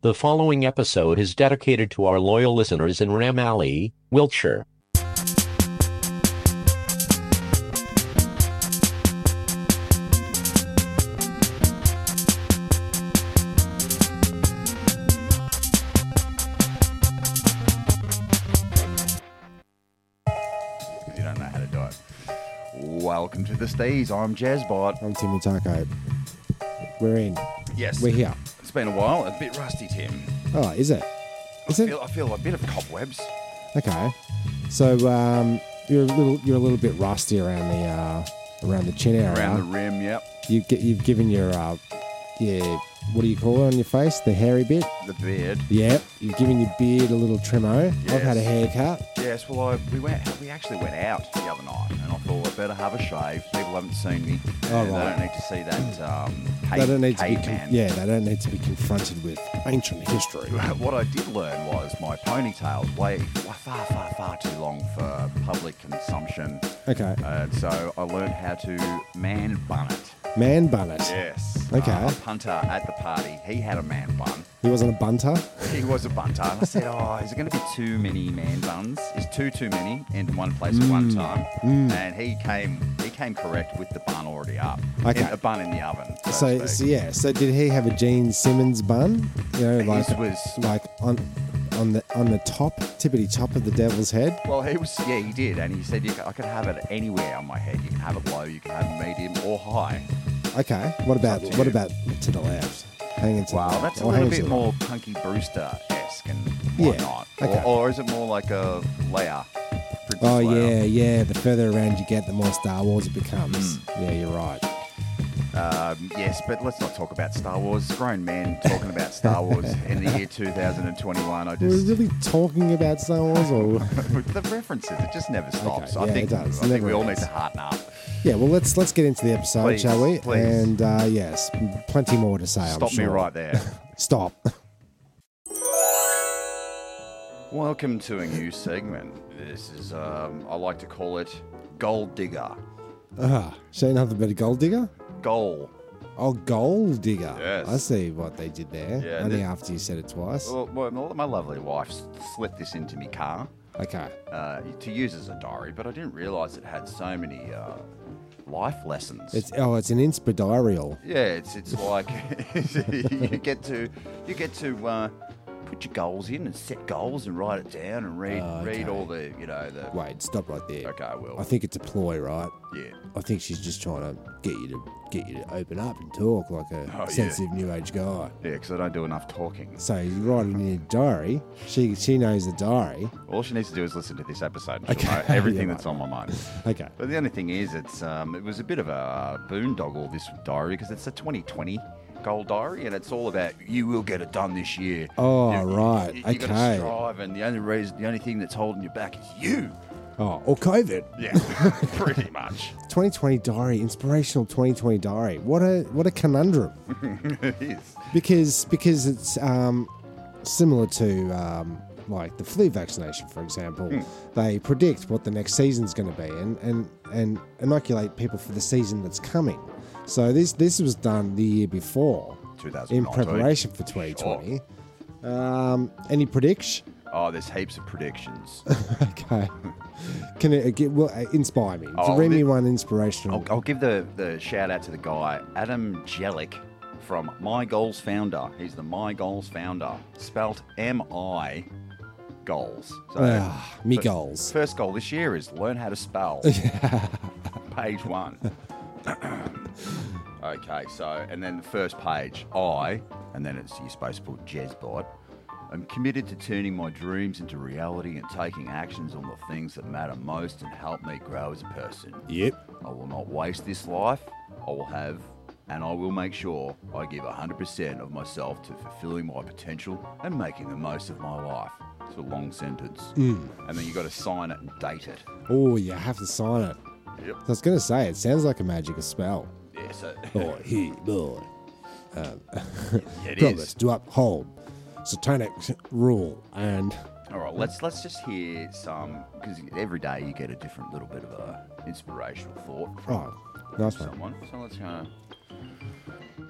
The following episode is dedicated to our loyal listeners in Ram Alley, Wiltshire. if you don't know how to do it. Welcome to the Stees. I'm Jazzbot. I'm Timmy Taco. We're in. Yes, We're here. it's been a while. A bit rusty, Tim. Oh, is it? Is I it? feel, I feel a bit of cobwebs. Okay. So um, you're a little you're a little bit rusty around the uh, around the chin area. Around the rim, yep. you get you've given your uh, your what do you call it on your face? The hairy bit. The beard. Yep. You've given your beard a little trimmo. I've had a Yes. haircut. Yes, well, I, we went. We actually went out the other night, and I thought I better have a shave. People haven't seen me. Oh, They right. don't need to see that. Um, They don't need to be con- caveman. yeah. They don't need to be confronted with ancient history. What I did learn was my ponytail's way, way far, far, far too long for public consumption. Okay. Uh, so I learned how to man bun it. Man bun it. Yes. Okay. Uh, a punter at the party, he had a man bun. He wasn't a bunter. He was a bunter. And I said, Oh, is it going to be too many man buns? Is two too many in one place at Mm. one time? And he came he came correct with the bun already up. Okay. In- a bun in the oven. So, So, to so speak. yeah. So did he have a Gene Simmons bun? You know, like His was- like on on the on the top tippity top of the devil's head. Well, he was, yeah, he did. And he said, you can, I could have it anywhere on my head. You can have it low, you can have it medium or high. Okay. What about up to what you. about to the left? Hanging to the Wow, left. that's a little or hanging to bit the more Punky Brewster esque and Yeah, whatnot. okay. Or, or is it more like a layer? right. Oh yeah, yeah. The further around you get, the more Star Wars it becomes. Hmm. Yeah, you're right. Um, yes, but let's not talk about Star Wars. Grown men talking about Star Wars in the year 2021. I We're just really talking about Star Wars, or the references. It just never stops. yeah, I think it does. I think Never we all need ends. to harden up. yeah. Well, let's let's get into the episode, Please, shall we? please. And uh, yes, plenty more to say. I'm Stop me sure. right there. Stop. Welcome to a new segment. This is um, I like to call it Gold Digger. Ah, show you another bit of gold digger. Goal. Oh, gold digger. Yes. I see what they did there. Yeah, Only the- Oh. after you said it twice. Well, my, my lovely wife slipped this into me car. Okay. uh, to use as a diary, but I didn't realise it had so many uh, life lessons. It's oh, it's an inspidarial. yeah, it's it's like you get to you get to uh, put your goals in and set goals and write it down and read Oh, read okay. all the you know the Wait, stop right there. okay I will I think it's a ploy, right? yeah I think she's just trying to get you to get you to open up and talk like a Oh, yeah. sensitive new age guy. yeah because I don't do enough talking. So you write it in your diary. She she knows the diary. All she needs to do is listen to this episode. And she'll Okay. know everything Yeah, that's on my mind. Okay. But the only thing is, it's um, it was a bit of a boondoggle this diary because it's a 2020 goal diary, and it's all about you will get it done this year. Oh, You- you- right. You, you got to Okay. strive, and the only reason, the only thing that's holding you back is you. Oh, or COVID. Yeah, pretty much. 2020 diary, inspirational 2020 diary. What a what a conundrum. it is. because because it's um, similar to um, like the flu vaccination, for example. They predict what the next season's going to be and, and and inoculate people for the season that's coming. So this this was done the year before in 2019. preparation for 2020. Um, any prediction? Oh, there's heaps of predictions. Okay. Can it get, well, uh, inspire me? Oh, Read me the- one inspirational. I'll, I'll give the, the shout out to the guy, Adam Jellick from My Goals Founder. He's the My Goals Founder, spelt M I Goals. So, Ah, me fir- goals. First goal this year is learn how to spell. page one. okay, so, and then the first page, I, and then it's, you're supposed to put Jezbot. I'm committed to turning my dreams into reality and taking actions on the things that matter most and help me grow as a person. Yep. I will not waste this life. I will have, and I will make sure I give 100% of myself to fulfilling my potential and making the most of my life. It's a long sentence. And then you got to sign it and date it. Oh, you have to sign it. Yep. I was going to say, it sounds like a magical spell. Yeah, so Oh, he, boy. it Promise is. to uphold satanic rule and All right, let's let's just hear some because every day you get a different little bit of a inspirational thought from oh, nice one. someone. So let's go.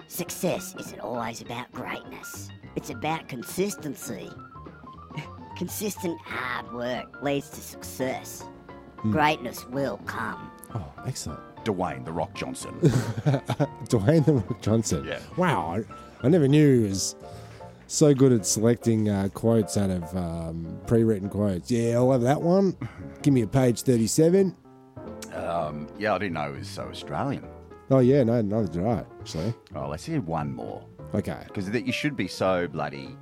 Success isn't always about greatness, it's about consistency. Consistent hard work leads to success. Greatness will come. Oh, excellent. Dwayne the Rock Johnson. Dwayne the Rock Johnson. Yeah. Wow, I, I never knew he was so good at selecting uh, quotes out of um, pre-written quotes. Yeah, I'll have that one. Mm-hmm. Give me a page thirty-seven. um, yeah, I didn't know he was so Australian. Oh yeah, no, neither did I actually. Oh, let's hear one more Okay. because you should be so bloody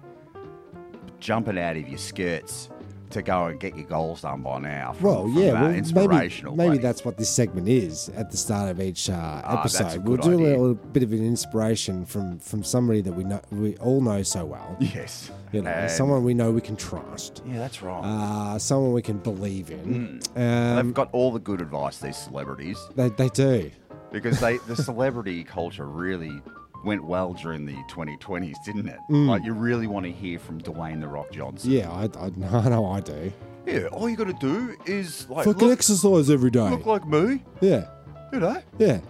jumping out of your skirts to go and get your goals done by now. From, Well, from yeah, that well, inspirational. maybe, maybe bloody- that's what this segment is at the start of each uh, Ah, that's a episode. we'll good do idea. a little bit of an inspiration from from somebody that we know we all know so well. yes, You know, And- someone we know we can trust, Yeah, that's right. uh, someone we can believe in. They've Um, got all the good advice these celebrities they, they do. because they the celebrity culture really went well during the 2020s, didn't it? Mm. Like you really want to hear from Dwayne the Rock Johnson. Yeah, I, I no, no, I do. Yeah, all you got to do is like Fucking look, exercise every day. look like me, yeah, you know, yeah.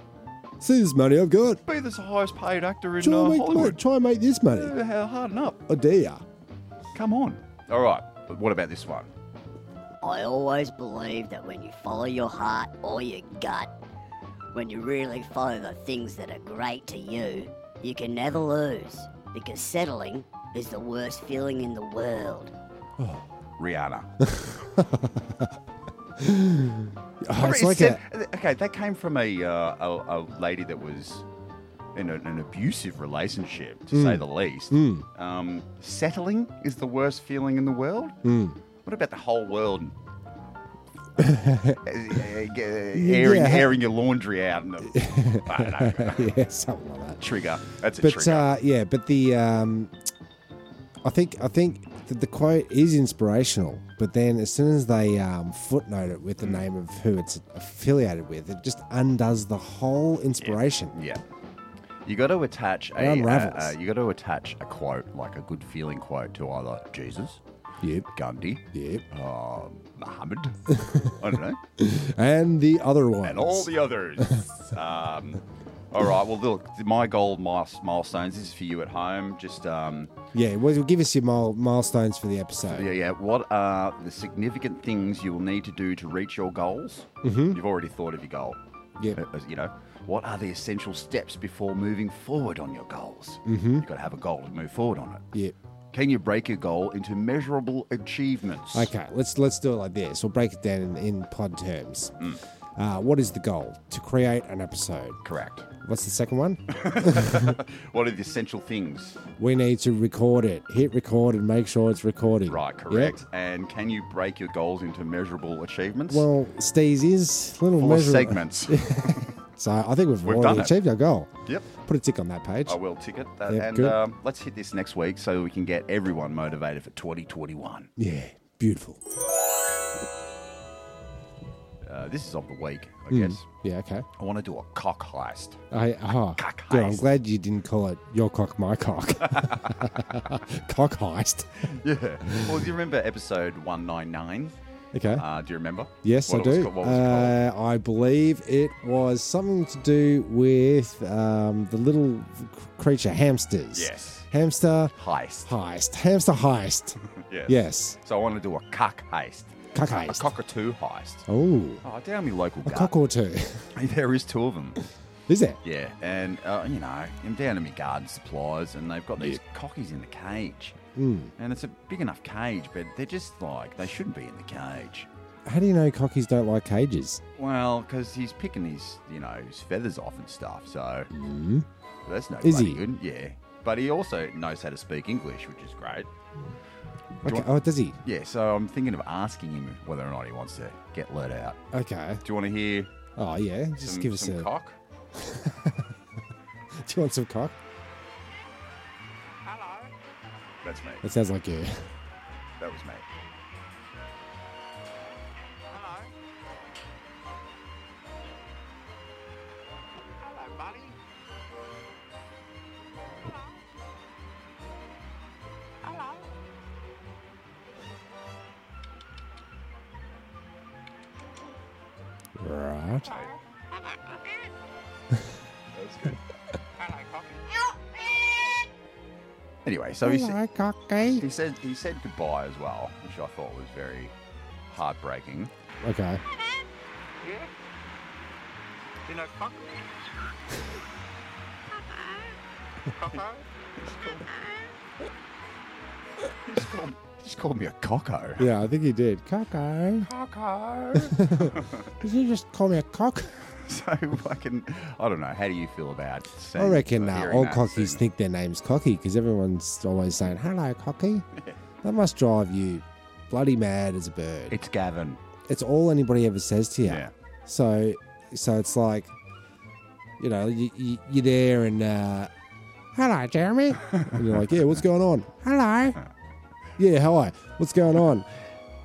See this money I've got. be the highest paid actor in Try uh, and make, Hollywood. try and make this money. Yeah, how Harden up. I dare ya. Come on. All right. But what about this one? I always believe that when you follow your heart or your gut, when you really follow the things that are great to you, you can never lose because settling is the worst feeling in the world. Rihanna. Oh, it's It like said- a okay, that came from a, uh, a a lady that was in a, an abusive relationship, to Mm. say the least. Um, settling is the worst feeling in the world. hmm. What about the whole world? Uh, airing, Yeah. airing your laundry out. And the, I don't know. yeah, something like that. Trigger. That's a but trigger. uh, yeah, but the um, I think I think that the quote is inspirational. But then as soon as they um, footnote it with the Mm. name of who it's affiliated with, it just undoes the whole inspiration. Yeah. You got to attach a It unravels. uh, uh, you got to attach a quote like a good feeling quote to either Jesus, Yep. Gandhi, Yep. uh, Muhammad, I don't know, And the other ones. and all the others. um, all right. Well, look, my goal miles- milestones this is for you at home. Just um, yeah, well, give us your mile, milestones for the episode. yeah, yeah. What are the significant things you will need to do to reach your goals? Mm-hmm. You've already thought of your goal. Yep. Uh, as- you know, what are the essential steps before moving forward on your goals? Mm-hmm. You've got to have a goal to move forward on it. Yep. Can you break your goal into measurable achievements? Okay, let's let's do it like this. We'll break it down in, in pod terms. Mm. Uh, what is the goal? To create an episode. Correct. What's the second one? What are the essential things? we need to record it. Hit record and make sure it's recording. Right, Yep. correct. And can you break your goals into measurable achievements? Well, Steez is a little Four measurable. segments. So I think we've, We've already done it. Oh. achieved our goal. yep. Put a tick on that page. I will ticket that. Yep, and good. um, let's hit this next week so we can get everyone motivated for 2021. Yeah, beautiful. Uh, this is of the week, I Hmm. guess. Yeah, okay. I want to do a cock heist. I, ah, Cock good. I'm heist. glad you didn't call it your cock, my cock. cock heist. Yeah. well, do you remember episode 199? Okay. Uh, do you remember? yes, What it I was do. ca- what was it called? uh, I believe it was something to do with um, the little creature hamsters. Yes. Hamster Heist. heist. Hamster heist. Yes. yes. So I want to do a cock heist. Cock A heist. cockatoo heist. oh, Oh, down me local a gut. cock or two. There is two of them. Is there? Yeah, and uh, you know, I'm down to me garden supplies, and they've got these cockies in the cage, Hmm. mm. and it's a big enough cage, but they're just like they shouldn't be in the cage. How do you know cockies don't like cages? Well, because he's picking his, you know, his feathers off and stuff, so that's no Hmm. Is bloody he? good. Yeah, but he also knows how to speak English, which is great. Okay. Oh, does he? Yeah, so I'm thinking of asking him whether or not he wants to get let out. Okay. Do you want to hear? Oh yeah. Just some, give us some a. cock. Do you want some cock? That's me. That sounds like you. That was me. Right. That was good. Hello, Anyway, so he, sa- Hello, cocky. he said he said goodbye as well, which I thought was very heartbreaking. Okay. Yeah? You know, cock? Cocker? He just called, he just called me a cocko. Yeah, I think he did. Cocky. Cocko. Did you just call me a cock? so fucking, I don't know. How do you feel about? Seeing, I reckon or uh, hearing all that cockies soon? think their name's cocky because everyone's always saying, hello, cocky. That must drive you bloody mad as a bird. it's Gavin. it's all anybody ever says to you. Yeah. So, so it's like, you know, you, you, you're there and, uh, hello, Jeremy. and you're like, yeah, what's going on? Hello. Yeah, hello. What's going on?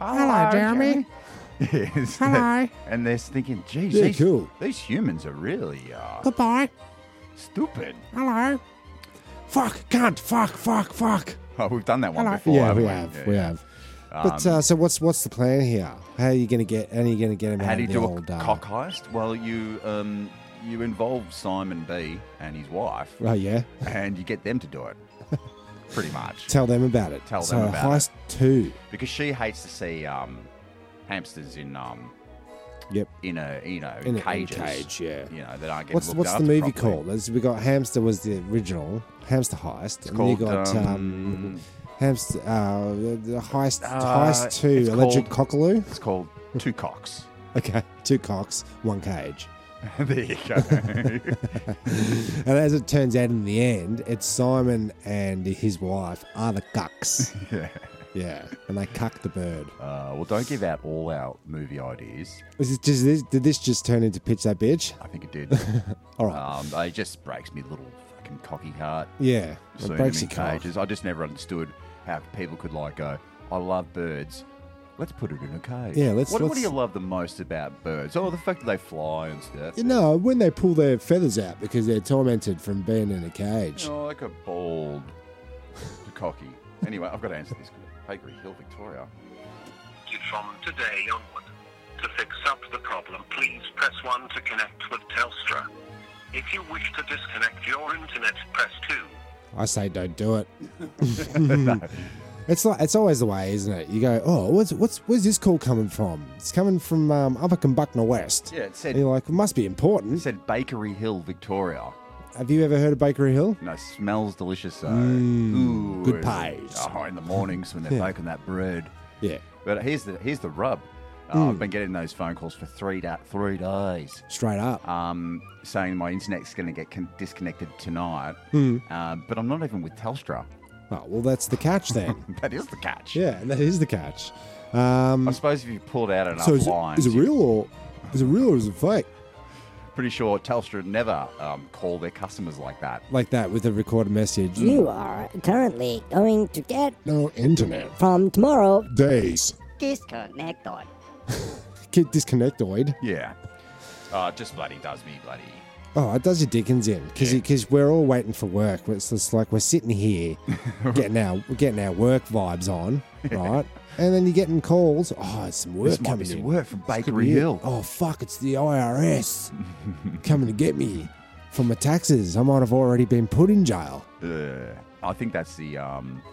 hello, Jeremy. Yes. Hello. And they're thinking, geez, Yeah, these, cool. these humans are really uh, Goodbye. stupid. Hello. Fuck, cunt. Fuck, fuck, fuck. Oh, we've done that one Hello. before. yeah, haven't we we have. Yeah, Um, we yeah. have. But uh, so what's what's the plan here? How are you going to get? How are you going to get him How out do you of the do a old uh, cock heist? Well, you um, you involve Simon B and his wife, Oh yeah, and you get them to do it, pretty much, tell them about it. Tell so them about heist two. because she hates to see um, hamsters in um, Yep. in a you know In a- in a cages, cage, yeah. you know that aren't getting What's looked what's the after movie properly. called? There's- we got Hamster was the original Hamster Heist, It's and called you got um, um, Hamster uh, the- the Heist Uh, Heist Two it's Electric called- Cockaloo. it's called Two Cocks. Okay, two cocks, one cage. there you go. And as it turns out, in the end, it's Simon and his wife are the cucks. yeah. yeah, and they cuck the bird. Uh, well, don't give out all our movie ideas. Is this just this, did this just turn into pitch that bitch? I think it did. All right. um, it just breaks me little fucking cocky heart. yeah. It Seeing breaks them your in cock. cages. I just never understood how people could like go. I love birds. Let's put it in a cage. Yeah, let's- What, what do let's- you love the most about birds? Oh, the fact that they fly and stuff. You know, when they pull their feathers out because they're tormented from being in a cage. Oh, like a bald, cocky. Anyway, I've got to answer this. Bakery Hill, Victoria. From today onward. To fix up the problem, please press 1 to connect with Telstra. If you wish to disconnect your internet, press 2. I say don't do it. It's like it's always the way, isn't it? You go, oh, what's what's where's this call coming from? It's coming from um, Upper Kumbuckner West. Yeah, it And said you're like, it must be it important. said Bakery Hill, Victoria. Have you ever heard of Bakery Hill? No, smells delicious though. Mm, Ooh, good and- pies. Oh, in the mornings when they're Yeah. baking that bread. Yeah, But here's the here's the rub. Uh, Mm. I've been getting those phone calls for three da- three days, straight up. um, saying my internet's going to get con- disconnected tonight. Hmm. Uh, but I'm not even with Telstra. Oh, well, that's the catch then. That is the catch. yeah, that is the catch. I Um, suppose if you pulled out enough so is it, lines, is it you- real or is it real or is it fake? pretty sure Telstra never um, call their customers like that. Like that with a recorded message. You are currently going to get No internet from tomorrow. days. Disconnect on. Get disconnectoid. Yeah. Uh, just bloody does me bloody. Oh, it does your dickens in because Yeah. because we're all waiting for work. It's just like we're sitting here getting our getting our work vibes on, right? and then you're getting calls. Oh, it's some work This might be coming some in. work from This could Bakery be it. Hill. Oh fuck, it's the IRS coming to get me for my taxes. I might have already been put in jail. Ugh. I think that's the um.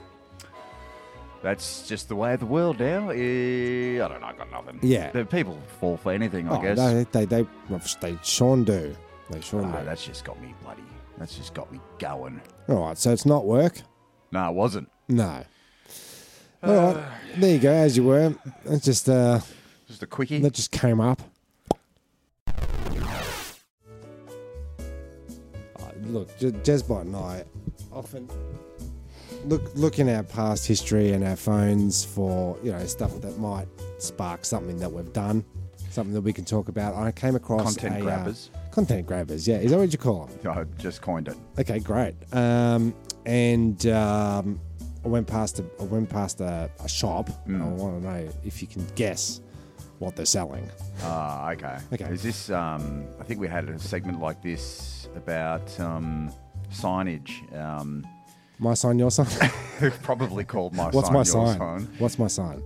That's just the way of the world now. Eh, I don't know. I got nothing. Yeah. the people fall for anything. I oh, guess. no, they they well, they Sean do. They Sean Ah, do. that's just got me bloody. That's just got me going. All right, so it's not work. No, it wasn't. No. All right, Uh, there you go. As you were, that's just uh, Just a quickie. that just came up. Oh, Uh, Look, Je- Jezbot and I often look look in our past history and our phones for you know stuff that might spark something that we've done, something that we can talk about. I came across Content a, uh, grabbers. content grabbers, yeah, is that what you call them? I just coined it. Okay, great. Um, and um, I went past a, I went past a, a shop. Mm. And I want to know if you can guess what they're selling. Ah, okay. Okay. Is this? Um, I think we had a segment like this about um, signage. Um, My sign, your sign. probably called my What's sign. my your Uh, sign? What's my sign?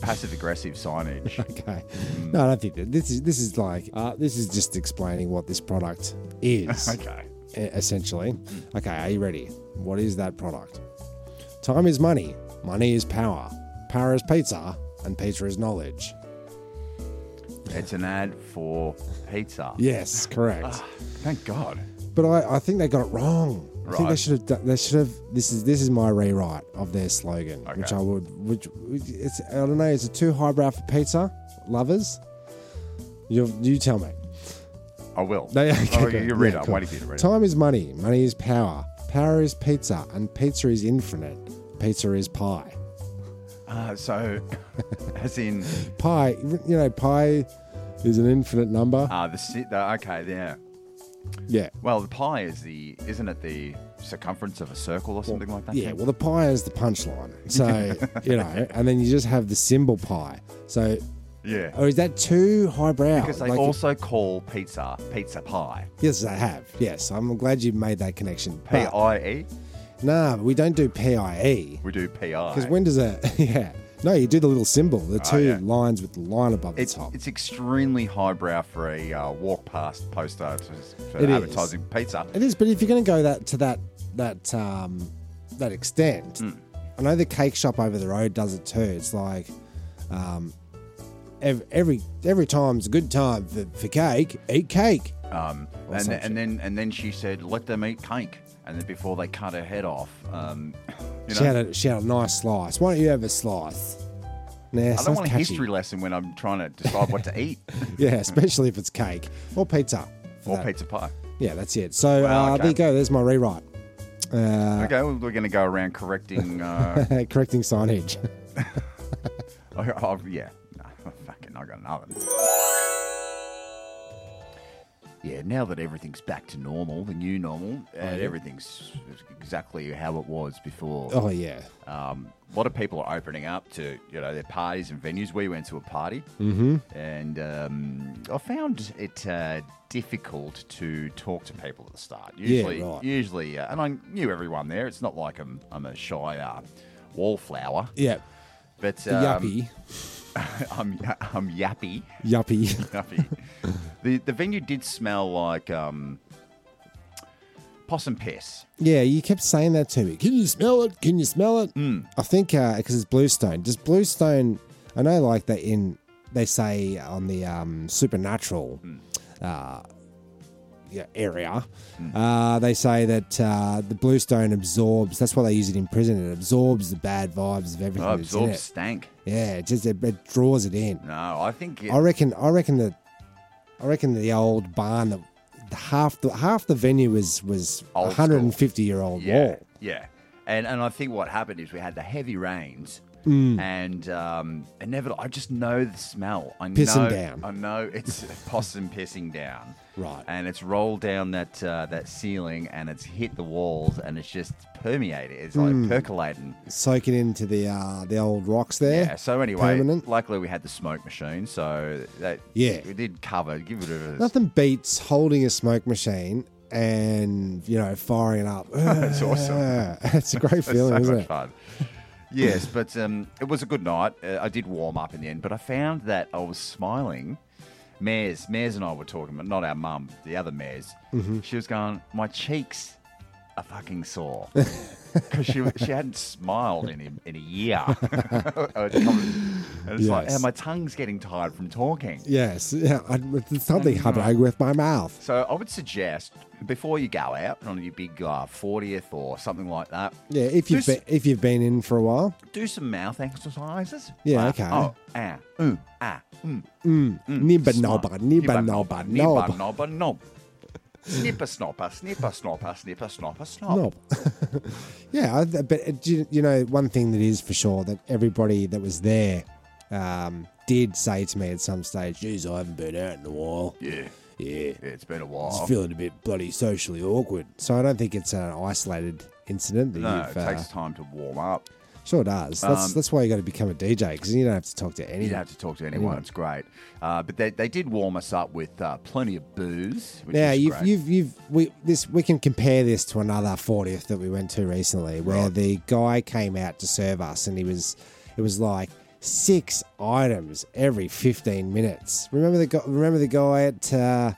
Passive aggressive signage. okay. mm. No, I don't think that this is this is like uh, this is just explaining what this product is. okay. e- essentially. Okay, are you ready? What is that product? Time is money. Money is power. Power is pizza, and pizza is knowledge. It's an ad for pizza. Yes, correct. Thank God. But I, I think they got it wrong. I think they Right. should have. done- They should have. This is this is my rewrite of their slogan, which Okay. I would. Which it's I don't know. Is it too highbrow for pizza lovers? You you tell me. I will. No, yeah, oh, okay, you you yeah, read it. cool. I'm waiting for you to read it. Time is money. Money is power. Power is pizza, and pizza is infinite. Pizza is pie. Uh, so, as in, Pie, you know, pie is an infinite number. uh, the, si- the okay, there. yeah. Well, the pie is the isn't it the circumference of a circle or something like that? Yeah, well, the pie is the punchline. So, you know, and then you just have the symbol pie. So, yeah. or is that too highbrow? Because they Like- also call pizza pizza pie. yes, they have. Yes, I'm glad you made that connection. P But, I E. nah, we don't do PIE. We do P I. Because when does a. Yeah. No, you do the little symbol, the two Oh, yeah. lines with the line above it's the top. it's extremely highbrow for a uh, walk past poster to, for It is. advertising pizza. It is, but if you're going to go that to that that um, that extent, Hmm. I know the cake shop over the road does it too. It's like um, ev- every every time's a good time for, for cake. Eat cake. Um, Or and, some th- shit. and then and then she said, "Let them eat cake." And then before they cut her head off, um, you she know, had a she had a nice slice. Why don't you have a slice? Nah, I it's don't not want a catchy. history lesson when I'm trying to decide what to eat Yeah, especially if it's cake or pizza. for or that. pizza pie. Yeah, that's it. So Wow, uh, okay. there you go. There's my rewrite. Uh, Okay, well, we're going to go around correcting. Uh, correcting signage. I- I've- Oh, yeah, no, fucking, I got another. Yeah, now that everything's back to normal, the new normal, Oh, and everything's exactly how it was before. oh yeah. um, a lot of people are opening up to you know their parties and venues. We went to a party, Mm-hmm. and um, I found it uh, difficult to talk to people at the start. Usually, right. usually, uh, and I knew everyone there. It's not like I'm I'm a shy uh, wallflower, Yeah. but The um, yuppie. I'm I'm yappy. Yuppie. Yuppie. the the venue did smell like um, possum piss. Yeah, you kept saying that to me. Can you smell it? Can you smell it? Mm. I think because it's bluestone. Does bluestone? I know, like that in they say on the um, supernatural Mm. uh, yeah, area, Mm. uh, they say that uh, the bluestone absorbs. That's why they use it in prison. It absorbs the bad vibes of everything. I that's in absorbed it. stank. Yeah, it just it, it draws it in. No, I think it, I reckon. I reckon that. I reckon the old barn that. Half the half the venue was was Old 150 year old Yeah, wall. yeah. And and I think what happened is we had the heavy rains, Mm. and um, inevitable. I just know the smell. I know, Pissing down. I know it's possum pissing down. Right. And it's rolled down that uh, that ceiling, and it's hit the walls, and it's just permeated. It's like Mm. percolating. soaking into the uh, the old rocks there. Yeah. So anyway, permanent. luckily we had the smoke machine, so that Yeah. we did cover. Give it a Nothing beats holding a smoke machine and you know firing it up. It's awesome. it's a great That's feeling, so isn't much it? fun. Yes, but um, it was a good night. Uh, I did warm up in the end, but I found that I was smiling. Mares, Mares and I were talking, but not our mum, the other Mares. Mm-hmm. She was going, My cheeks are fucking sore. Because she, she hadn't smiled in a, in a year. and it's like, Yes. "Oh, my tongue's getting tired from talking. Yes, yeah. I, it's something hubbub with my mouth. So I would suggest before you go out on your big uh, 40th or something like that, Yeah, if you've This- been, if you've been in for a while, do some mouth exercises. Yeah, Like, okay. Oh, ah, ooh, ah, mm, nibba snot. nobba, nibba nobba, nibba nobba, nobba, knob. Snipper snopper, snipper snopper, snipper snopper, snop. knob. Yeah, I- but uh, do you, you know one thing that is for sure that everybody that was there um, did say to me at some stage, "Geez, I haven't been out in a while." Yeah, Yeah, yeah, it's been a while. It's feeling a bit bloody socially awkward. So I don't think it's an isolated incident. That no, it you've, uh, takes time to warm up. sure does. That's Um, that's why you got to become a DJ because you don't have to talk to You anyone. don't have to talk to anyone. It's great, uh, but they, they did warm us up with uh, plenty of booze. Which now is you've, great. you've you've we this we can compare this to another 40th that we went to recently where the guy came out to serve us and he was it was like six items every 15 minutes. Remember the guy? Remember the guy at. Uh,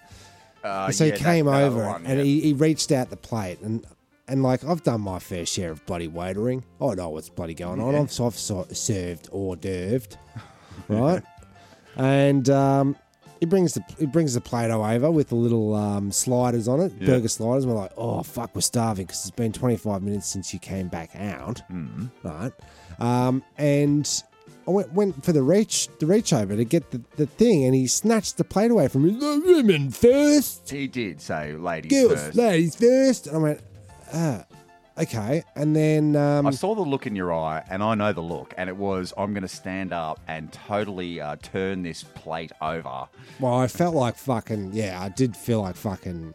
Uh, And so yeah, he that- came that other over one, and yeah. he, he reached out the plate and and like I've done my fair share of bloody waitering. I know what's bloody going on. I've, I've so- served hors d'oeuvred, right? and um, he brings the he brings the Play-Doh over with the little um, sliders on it, burger sliders. We're like, oh fuck, we're starving because it's been 25 minutes since you came back out, mm right? Um, and I went, went for the reach the reach over to get the, the thing, and he snatched the plate away from me. The women first He did say ladies girls, first. ladies first. And I went, ah, okay. And then, um, I saw the look in your eye, and I know the look, and it was I'm going to stand up and totally uh, turn this plate over. well, I felt like fucking, yeah, I did feel like fucking,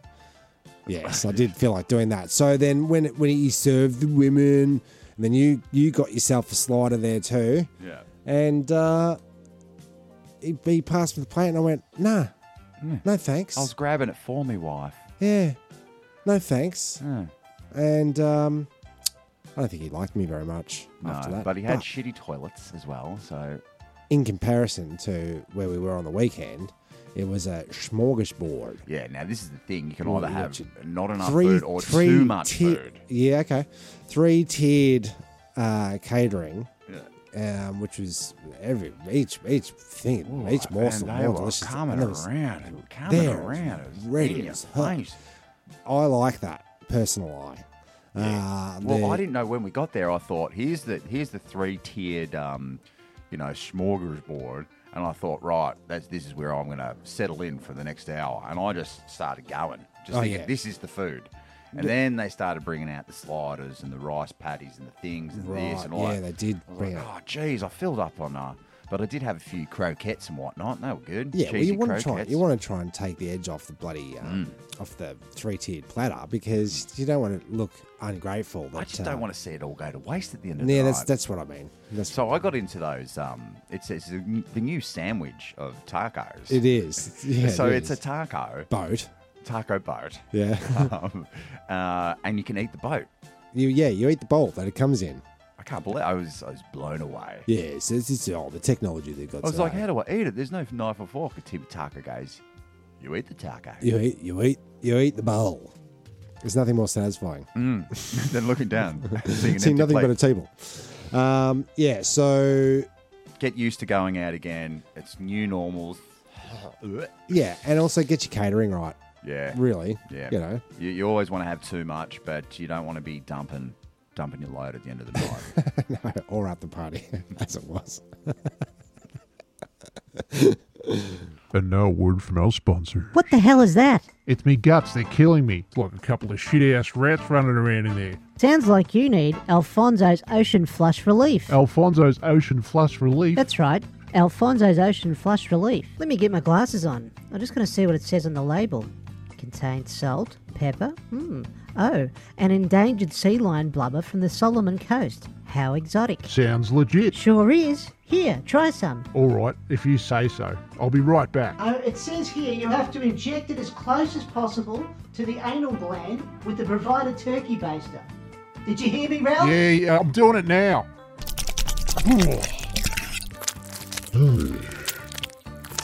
yes, I did feel like doing that. So then when, when he served the women, and then you, you got yourself a slider there too. Yeah. And, uh, he, he passed me the plate and I went, nah, no thanks. I was grabbing it for me, wife. yeah, no thanks. Yeah. And, um, I don't think he liked me very much after No, that. but he had shitty toilets as well, so in comparison to where we were on the weekend, it was a smorgasbord. yeah. Now this is the thing: you can Well, either yeah, have t- not enough food or three too much ti- food. Yeah, okay. Three tiered uh, catering, Yeah. um, which was every each each thing, each morsel and they more were delicious. coming And it was- around and coming there, around. It was ready in your as hell. face. I like that personal eye. Uh, Well, the- I didn't know when we got there. I thought here's the here's the three tiered, um, you know, smorgasbord, and I thought right, that's this is where I'm going to settle in for the next hour, and I just started going, just Oh, thinking yeah. this is the food, and then they started bringing out the sliders and the rice patties and the things and this right, and all yeah, that. they did I was bring like, it. oh, geez, I filled up on uh, but I did have a few croquettes and whatnot. and They were good. Yeah, well, Cheesy you want to try croquettes. Hmm. you want to try and take the edge off the bloody um, off the three tiered platter because you don't want to look ungrateful. I that, just uh, don't want to see it all go to waste at the end of Yeah, the night. that's that's what I mean. That's So I got into those. Um, it's, it's the new- the new sandwich of tacos. It is. Yeah, so it it's is. a taco, boat. taco boat, Yeah. um, uh, and you can eat the boat. you yeah, you eat the bowl that it comes in. I can't believe I was I was blown away. Yeah, it's, it's, it's all the technology they've got. I was today. like, how do I eat it? There's no knife or fork. And Timmy Taco goes, you eat the taco. you eat you eat you eat the bowl. There's nothing more satisfying. Mm, then looking down, seeing an See empty nothing plate. but a table. Um, yeah, so Get used to going out again. It's new normals. yeah, and also get your catering right. Yeah, Really. yeah. You know. you, you always want to have too much, but you don't want to be dumping dumping your load at the end of the night. no, or at the party, as it was. And now, a word from our sponsor. What the hell is that? It's me guts, they're killing me. It's like a couple of shit ass rats running around in there. Sounds like you need Alfonso's Ocean Flush Relief. Alfonso's Ocean Flush Relief. That's right, Alfonso's Ocean Flush Relief. Let me get my glasses on. I'm just going to see what it says on the label. Contains salt, pepper, hmm, oh, and endangered sea lion blubber from the Solomon Coast. How exotic. Sounds legit. Sure is. Here, try some. Alright, if you say so. I'll be right back. Uh, it says here you have to inject it as close as possible to the anal gland with the provided turkey baster. Did you hear me, Ralph? Yeah, yeah, I'm doing it now.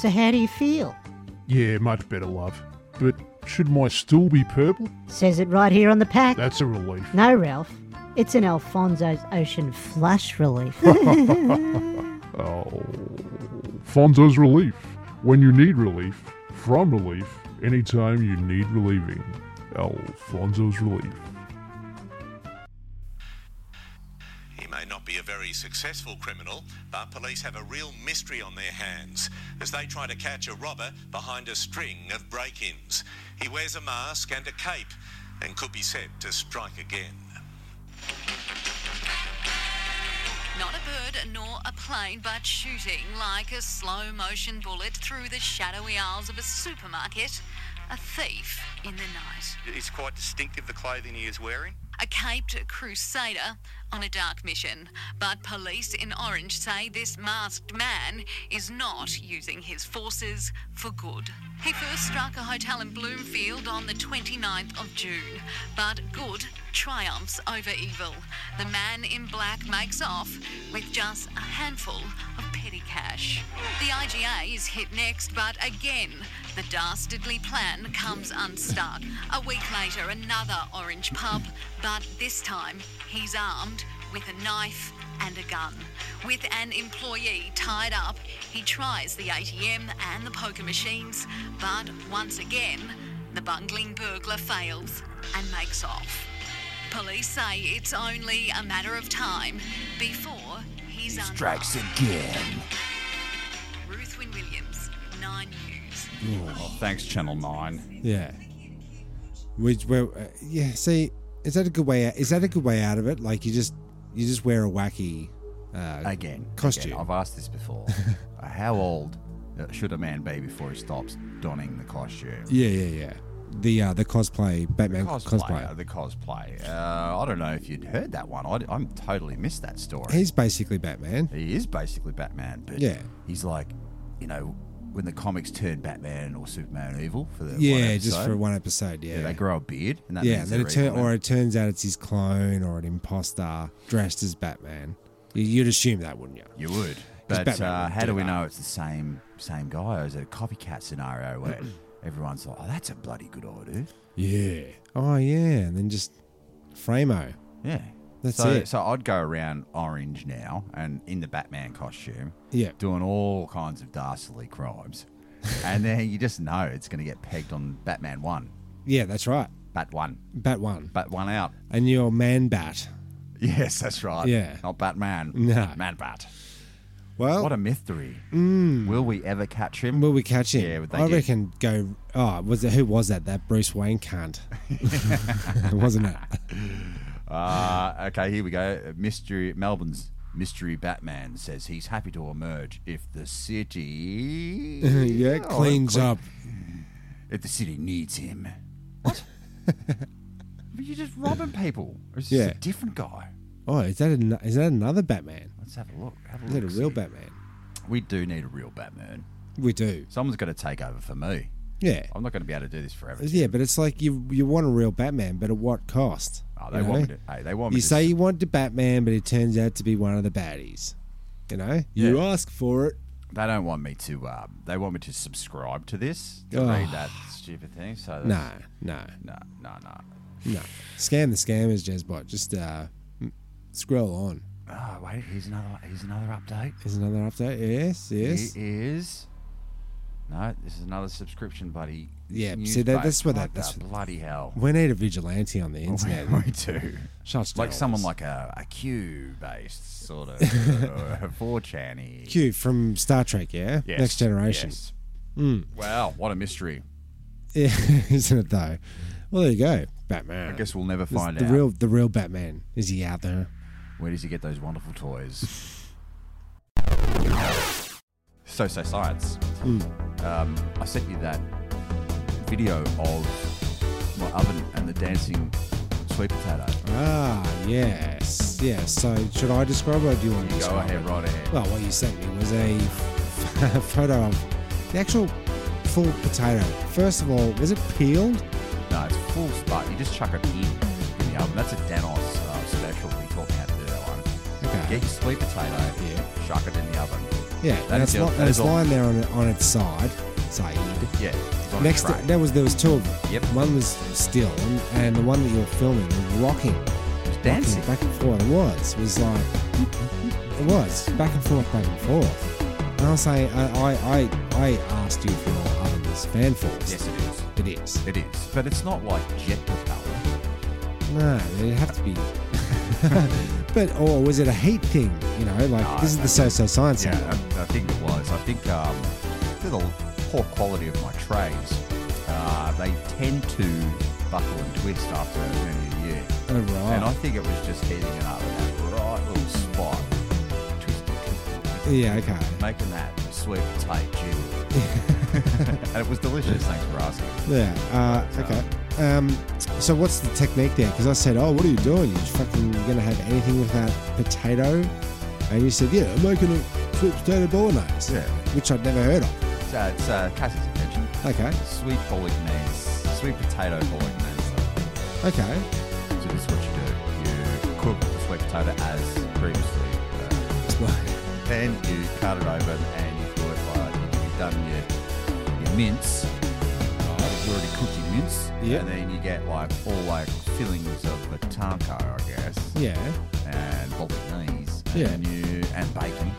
So how do you feel? Yeah, much better, love. But should my stool be purple? Says it right here on the pack. That's a relief. No, Ralph. It's an Alfonso's Ocean Flush Relief. Oh. Fonzo's Relief. When you need relief, from relief, anytime you need relieving. Alfonso's Relief. He may not be a very successful criminal, but police have a real mystery on their hands as they try to catch a robber behind a string of break ins. He wears a mask and a cape and could be said to strike again. Not a bird nor a plane, but shooting like a slow motion bullet through the shadowy aisles of a supermarket. A thief in the night. It's quite distinctive the clothing he is wearing. A caped crusader on a dark mission. But police in Orange say this masked man is not using his forces for good. He first struck a hotel in Bloomfield on the 29th of June, but good triumphs over evil. The man in black makes off with just a handful of petty cash. The IGA is hit next, but again, the dastardly plan comes unstuck. A week later, another orange pub, but this time he's armed with a knife and a gun. With an employee tied up, he tries the ATM and the poker machines, but once again, the bungling burglar fails and makes off. Police say it's only a matter of time before he's un- Strikes again. Ruthwin Williams, Nine News. Oh, thanks, Channel 9. Yeah. Which, well, uh, yeah. See, is that a good way? Out? Is that a good way out of it? Like you just, you just wear a wacky uh, Again, costume. again, I've asked this before. Uh, How old uh, should a man be before he stops donning the costume? Yeah, yeah, yeah. The uh, the cosplay Batman Cosplay, cosplayer. uh, The cosplay. Uh, I don't know if you'd heard that one. I, am totally missed that story. He's basically Batman. He is basically Batman, but Yeah. he's like, you know, when the comics turn Batman or Superman evil for the one Yeah, episode, just for one episode. Yeah, they grow a beard, and that yeah, means then they're it turn, evil or now. it turns out it's his clone or an imposter dressed as Batman. You- You'd assume that, wouldn't you? You would. 'Cause But Batman uh, would how do do we that. know it's the same same guy, or is it a copycat scenario where everyone's like, "Oh, that's a bloody good idea." Yeah. Oh yeah, and then just Framo. Yeah, That's so, it. So I'd go around orange now and in the Batman costume, Yeah. doing all kinds of dastardly crimes, and then you just know it's going to get pegged on Batman One, Yeah, that's right. Bat One, Bat one. Bat One out. And you're man bat. Yes, that's right. Yeah. not Batman. No. Man Bat. Well, What a mystery. mm, Will we ever catch him? will we catch him? Yeah, would they I do? reckon go. Oh, was it who was that? That Bruce Wayne cunt, wasn't it? Uh, okay, here we go. Mystery Melbourne's mystery Batman says he's happy to emerge if the city yeah, Oh, cleans cle- up. If the city needs him. But you're just robbing people. Or is this Yeah. a different guy? Oh, is that an, is that another Batman? Let's have a look. Have a Is that a look. real Batman? We do need a real Batman. We do. Someone's got to take over for me. Yeah. I'm not going to be able to do this forever. Yeah, but it's like you you want a real Batman, but at what cost? Oh, they You want know? me to, hey, they want me You to say you want the Batman, but it turns out to be one of the baddies. You know, you ask for it. They don't want me to. Uh, they want me to subscribe to this. To Oh. read that stupid thing. So No, that's- no, no, no, no. no. Scam the scammers, Jezbot. Just uh, m- scroll on. Oh wait, here's another. one- Here's another update. There's another update. Yes, yes. It is. No, this is another subscription, buddy. Yeah, News see, that- page. that's where What that- that's the what- bloody hell. We need a vigilante on the internet. We do. Shuts Like down someone this. like a, a Q based sort of uh, 4chan Q from Star Trek, yeah? Yes, Next Generation. yes. Mm. Wow, what a mystery. Yeah, isn't it though? Well, there you go, Batman. I guess we'll never This- find the out. real the real Batman. Is he out there? Where does he get those wonderful toys? So, so science. Hmm. Um, I sent you that video of my oven and the dancing sweet potato. Ah, yes, yes. So should I describe it, or do you want to Go describe ahead, it? right ahead. Well, what you sent me was a photo of the actual full potato. First of all, was it peeled? No, it's full spot. You just chuck it in, in the oven. That's a Danos uh, special we talked about the other one. Okay. Get your sweet potato, Yeah. chuck it in the oven. Yeah, That is and it's, the- li- that and is it's all- lying there on on its side, side. Yeah. it's on a Next, tray. there was there was two of them. Yep. One was still, and, and the one that you were filming was rocking. It's dancing. back and forth. It was. It was like it was back and forth, back and forth. And I was saying, I I I, I asked you for your ovens fan force. Yes, it is. it is. It is. But it's not like jet propeller. No, it'd have to be. but or was it a heat thing? You know, like No, this is I the so so science. Yeah, hour. I, I think it was. I think um, due to the poor quality of my trays, uh, they tend to buckle and twist after a certain year. Oh, right. And I think it was just heating it up in that right little spot, twisting, twisting, twisting, yeah. Okay. making that sweet tight jiggle. and it was delicious. Thanks for asking. Yeah. Uh, okay. Um, so what's the technique there? Because I said, oh, what are you doing? You're fucking gonna have anything with that potato? And you said, yeah, I'm making a sweet potato bolognese, Yeah. which I'd never heard of. So it's uh, Cassie's invention. Okay. Sweet bolognese, sweet potato bolognese. Okay. So this is what you do. You cook the sweet potato as previously. Uh, It's like- Then then you cut it over and you do it like you've done your, your mince. Uh, You've already cooked your mince. Yeah. And then you get like all like fillings of matanka, I guess. Yeah. And bolognese. Yeah. And, you, and bacon.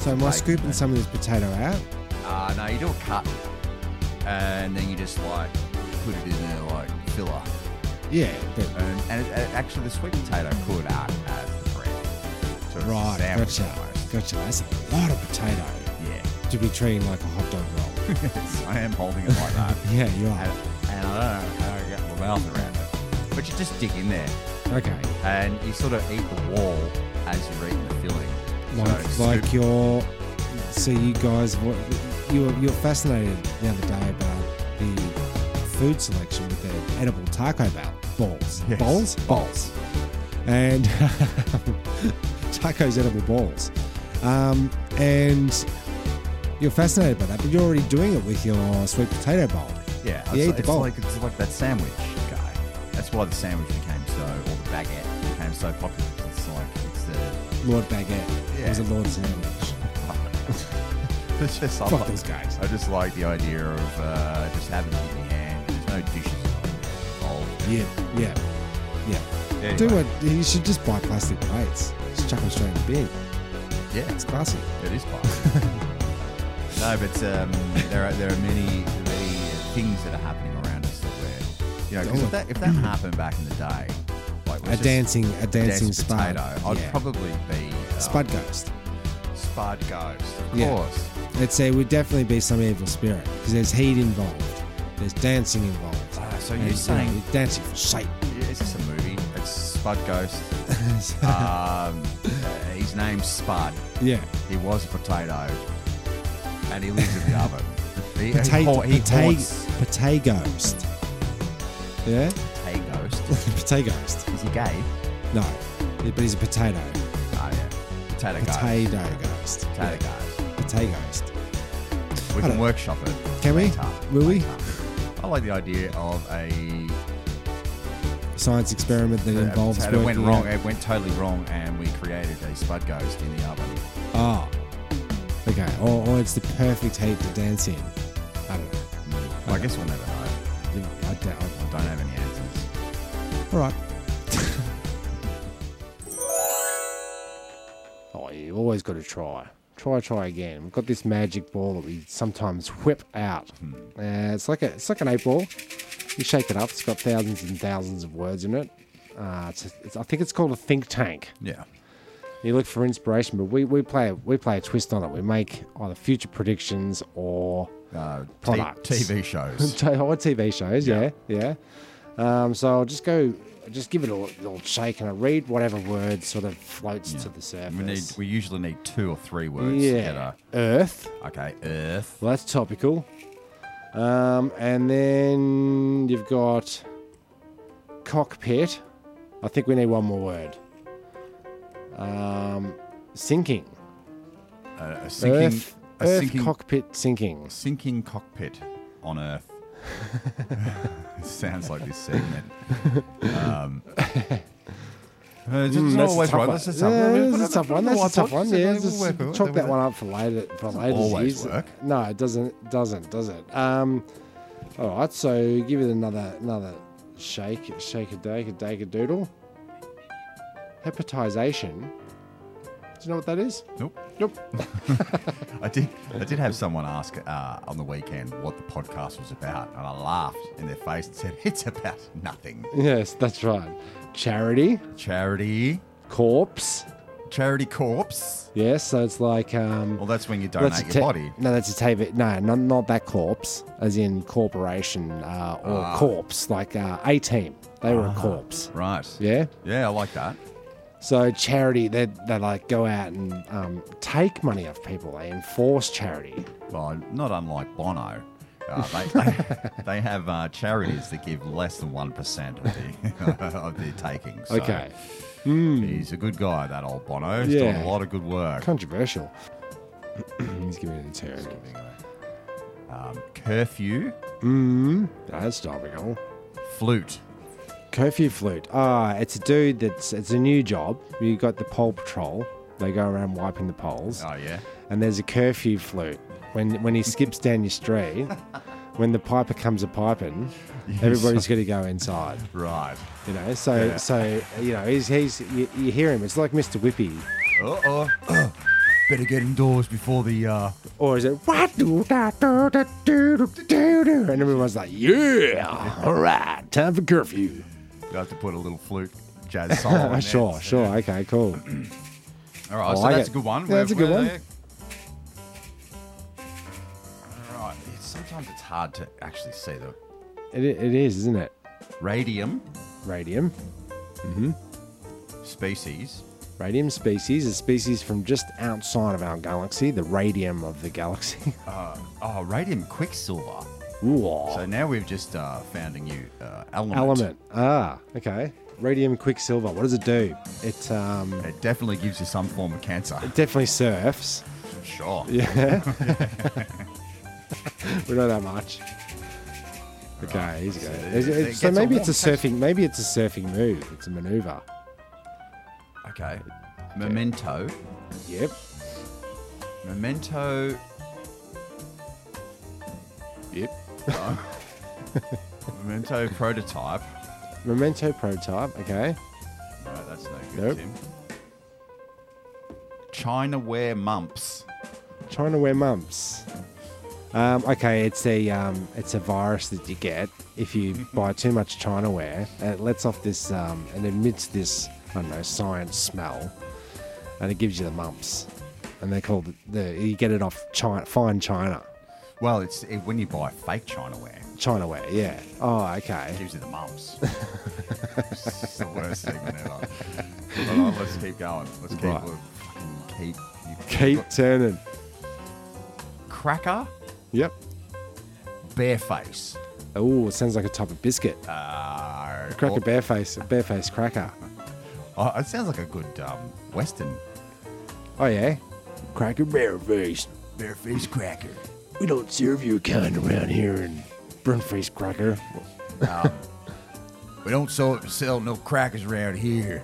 So am I scooping some of this potato out? Uh, no, you do a cut, and then you just like put it in there like filler. Yeah, and, and it, it- actually, the sweet potato could act as the bread. So it's a Right, sandwich gotcha. almost. Gotcha. That's a lot of potato. Yeah. To be treating like a hot dog roll. I am holding it like that. Yeah, you are. And, and I don't know how I got my mouth around it, but you just dig in there. Okay. And you sort of eat the wall as you're eating the filling. Like, so like your. So you guys, what you were, you were fascinated the other day about the food selection with the edible taco bell balls, Yes. balls, Balls. and tacos edible balls, um, and you're fascinated by that, but you're already doing it with your sweet potato bowl. Yeah, you it's, eat the it's bowl. like it's like that sandwich guy. That's why the sandwich became so, or the baguette became so popular. 'cause It's like it's the Lord Baguette. It was a Yeah. Lord sandwich. it's just I Fuck like- those guys. I just like the idea of uh, just having it in your hand. There's no dishes involved. Yeah, yeah, yeah. Anyway. Do what you should just buy plastic plates. Just chuck them straight in the bin. Yeah, it's classy. It is classy. no, but um, there are there are many many things that are happening around us that we're you know 'cause if that if that happened back in the day, like A let's just- dancing- a dancing dance spud, potato, I'd yeah. probably be um, Spud ghost. Spud ghost, of Yeah. course. Let's say it would definitely be some evil spirit because there's heat involved. There's dancing involved. Ah, so And, you're you know, saying- dancing for Satan? Yeah, is this a movie? It's Spud Ghost. um, uh, his name's Spud. Yeah. He was a potato, and he lives in the oven. He, Potato, he, hau- he potato, haunts potato ghost. Yeah, potato ghost. potato ghost. Is he gay? No, yeah, but he's a potato. Oh yeah, potato ghost. Potato ghost. Potato ghost. Potato ghost. We I can don't- workshop it. Can we? later. Will we? I like the idea of a Science experiment that a involves potato working went wrong. out- It went totally wrong, and we created a Spud Ghost in the oven. Oh. Okay. Or, or it's the perfect heat to dance in. I don't know. Well, I guess we'll never know. I doubt. I don't have any answers. All right. oh, you've always got to try. Try, try again. We've got this magic ball that we sometimes whip out. Uh, it's like a, it's like an eight ball. You shake it up. It's got thousands and thousands of words in it. Uh, it's, it's, I think it's called a think tank. Yeah. You look for inspiration, but we, we play we play a twist on it. We make either future predictions or uh, T- products, TV shows. T- or TV shows. Yeah, yeah. Um, so I'll just go, just give it a little shake, and I read whatever word sort of floats to the surface. We need. We usually need two or three words Yeah. together. Earth. Okay, Earth. Well, that's topical. Um, and then you've got cockpit. I think we need one more word. Um, sinking. A, a sinking. Earth, a Earth sinking, cockpit sinking. sinking cockpit on Earth. Sounds like this segment. Um, uh, it's Mm, not that's a always tough right. one. That's a tough Yeah, one. That's a tough one. That's a tough one. Yeah, just chalk that one up for later. For Doesn't later always use. work. No, it doesn't. Doesn't. Does it? Um, all right. So give it another another shake. Shake a dake a dake a doodle. Hepatization. Do you know what that is? Nope. Nope. I did. I did have someone ask uh, on the weekend what the podcast was about, and I laughed in their face and said, "It's about nothing." Yes, that's right. Charity. Charity. Corpse. Charity corpse. Yes. So it's like. Um, Well, that's when you Well, donate that's a your ta- body. No, that's a TV. No, not, not that corpse, as in corporation uh, or Ah. corpse, like uh, A Team. They were a corpse. Right. Yeah. Yeah, I like that. So charity, they they like go out and um, take money off people. They enforce charity. Well, not unlike Bono. Uh, they, they, they have uh, charities that give less than 1% of, the, of their takings. So Okay. He's a good guy, that old Bono. He's doing Yeah. a lot of good work. Controversial. He's giving it a turn. Um, curfew, Mm, that's topical. flute. Curfew flute. Ah, it's a dude that's it's a new job. You got the pole patrol. They go around wiping the poles. Oh, yeah. And there's a curfew flute. When when he skips down your street, when the piper comes a piping, everybody's going to go inside. Right. You know, so Yeah. so you know he's he's you, you hear him. It's like Mr. Whippy. Uh oh. Better get indoors before the. uh Or is it what do da do da do do do do? And everyone's like, yeah, all right, time for curfew. You have to put a little flute jazz song. in there. sure, sure, okay, cool. All right, I so like that's it. a good one. Yeah, that's a good one. All right. it's- Sometimes it's hard to actually see the It, it is, isn't it? radium Radium. Mm-hmm. species. Radium species is species from just outside of our galaxy, the radium of the galaxy. Uh, oh, radium quicksilver. So now we've just uh, found a new uh, element. Oh. Element. Ah, okay. Radium quicksilver. What does it do? It um. It definitely gives you some form of cancer. It definitely surfs. Sure. Yeah. we know that much. Okay, easy go. it- Is it- it it's- Ah, so gets a maybe it's a warm surfing. Maybe it's a surfing move. It's a maneuver. Okay. Memento. Yep. Memento. Yep. memento prototype. Memento prototype. Okay. Right, that's no good, Nope. Tim. Chinaware mumps. Trying to wear mumps. Um, okay, it's a um, it's a virus that you get if you buy too much Chinaware. And it lets off this um, and emits this I don't know science smell, and it gives you the mumps, and they're called the you get it off China, fine China. Well, it's it, when you buy fake Chinaware, Chinaware, yeah. Oh, okay. it gives you the mumps. it's the worst segment ever. All right, let's keep going. Let's keep. Right. We'll fucking keep. You Keep turning. Cracker, Yep. bareface. Oh, it sounds like a type of biscuit. Uh, Cracker bareface, bareface cracker. Oh, it sounds like a good um, Western. Oh yeah, cracker bareface. Bareface cracker. We don't serve you kind around here in Brunface cracker. Um, we don't sell, sell no crackers around here.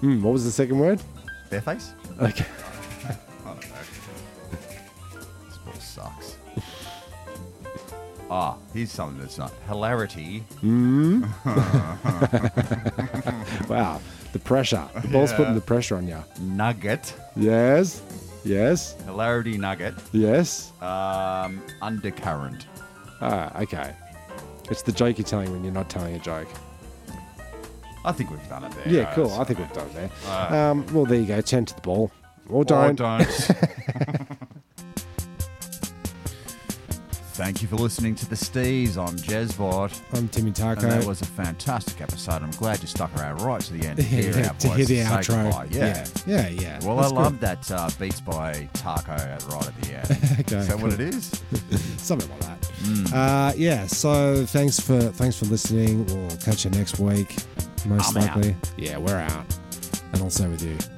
Hmm, what was the second word? Bareface? Okay. I don't know. this ball sucks. Ah, here's something that's not hilarity. Hmm. wow, the pressure. The ball's Yeah. putting the pressure on you. Nugget. Yes. Yes. Hilarity nugget. Yes. Um, undercurrent. Ah, okay. It's the joke you're telling when you're not telling a joke. I think we've done it there. Yeah, cool. guys. I think we've done that. Alright. Um, well, there you go. Turn to the ball. Or Or don't. Thank you for listening to the Stees. I'm Jezbot. I'm Timmy And Taco. that was a fantastic episode. I'm glad you stuck around right to the end to hear Yeah, our to hear voices the say outro. goodbye. Yeah. Yeah, yeah, yeah. Well, That's I good. love that uh, Beats by Taco at right at the end. Okay, is that what it cool. is? Something like that. Mm. Uh, yeah. So thanks for thanks for listening. We'll catch you next week, most I'm out. likely. Yeah, we're out, and I'll stay with you. Oh,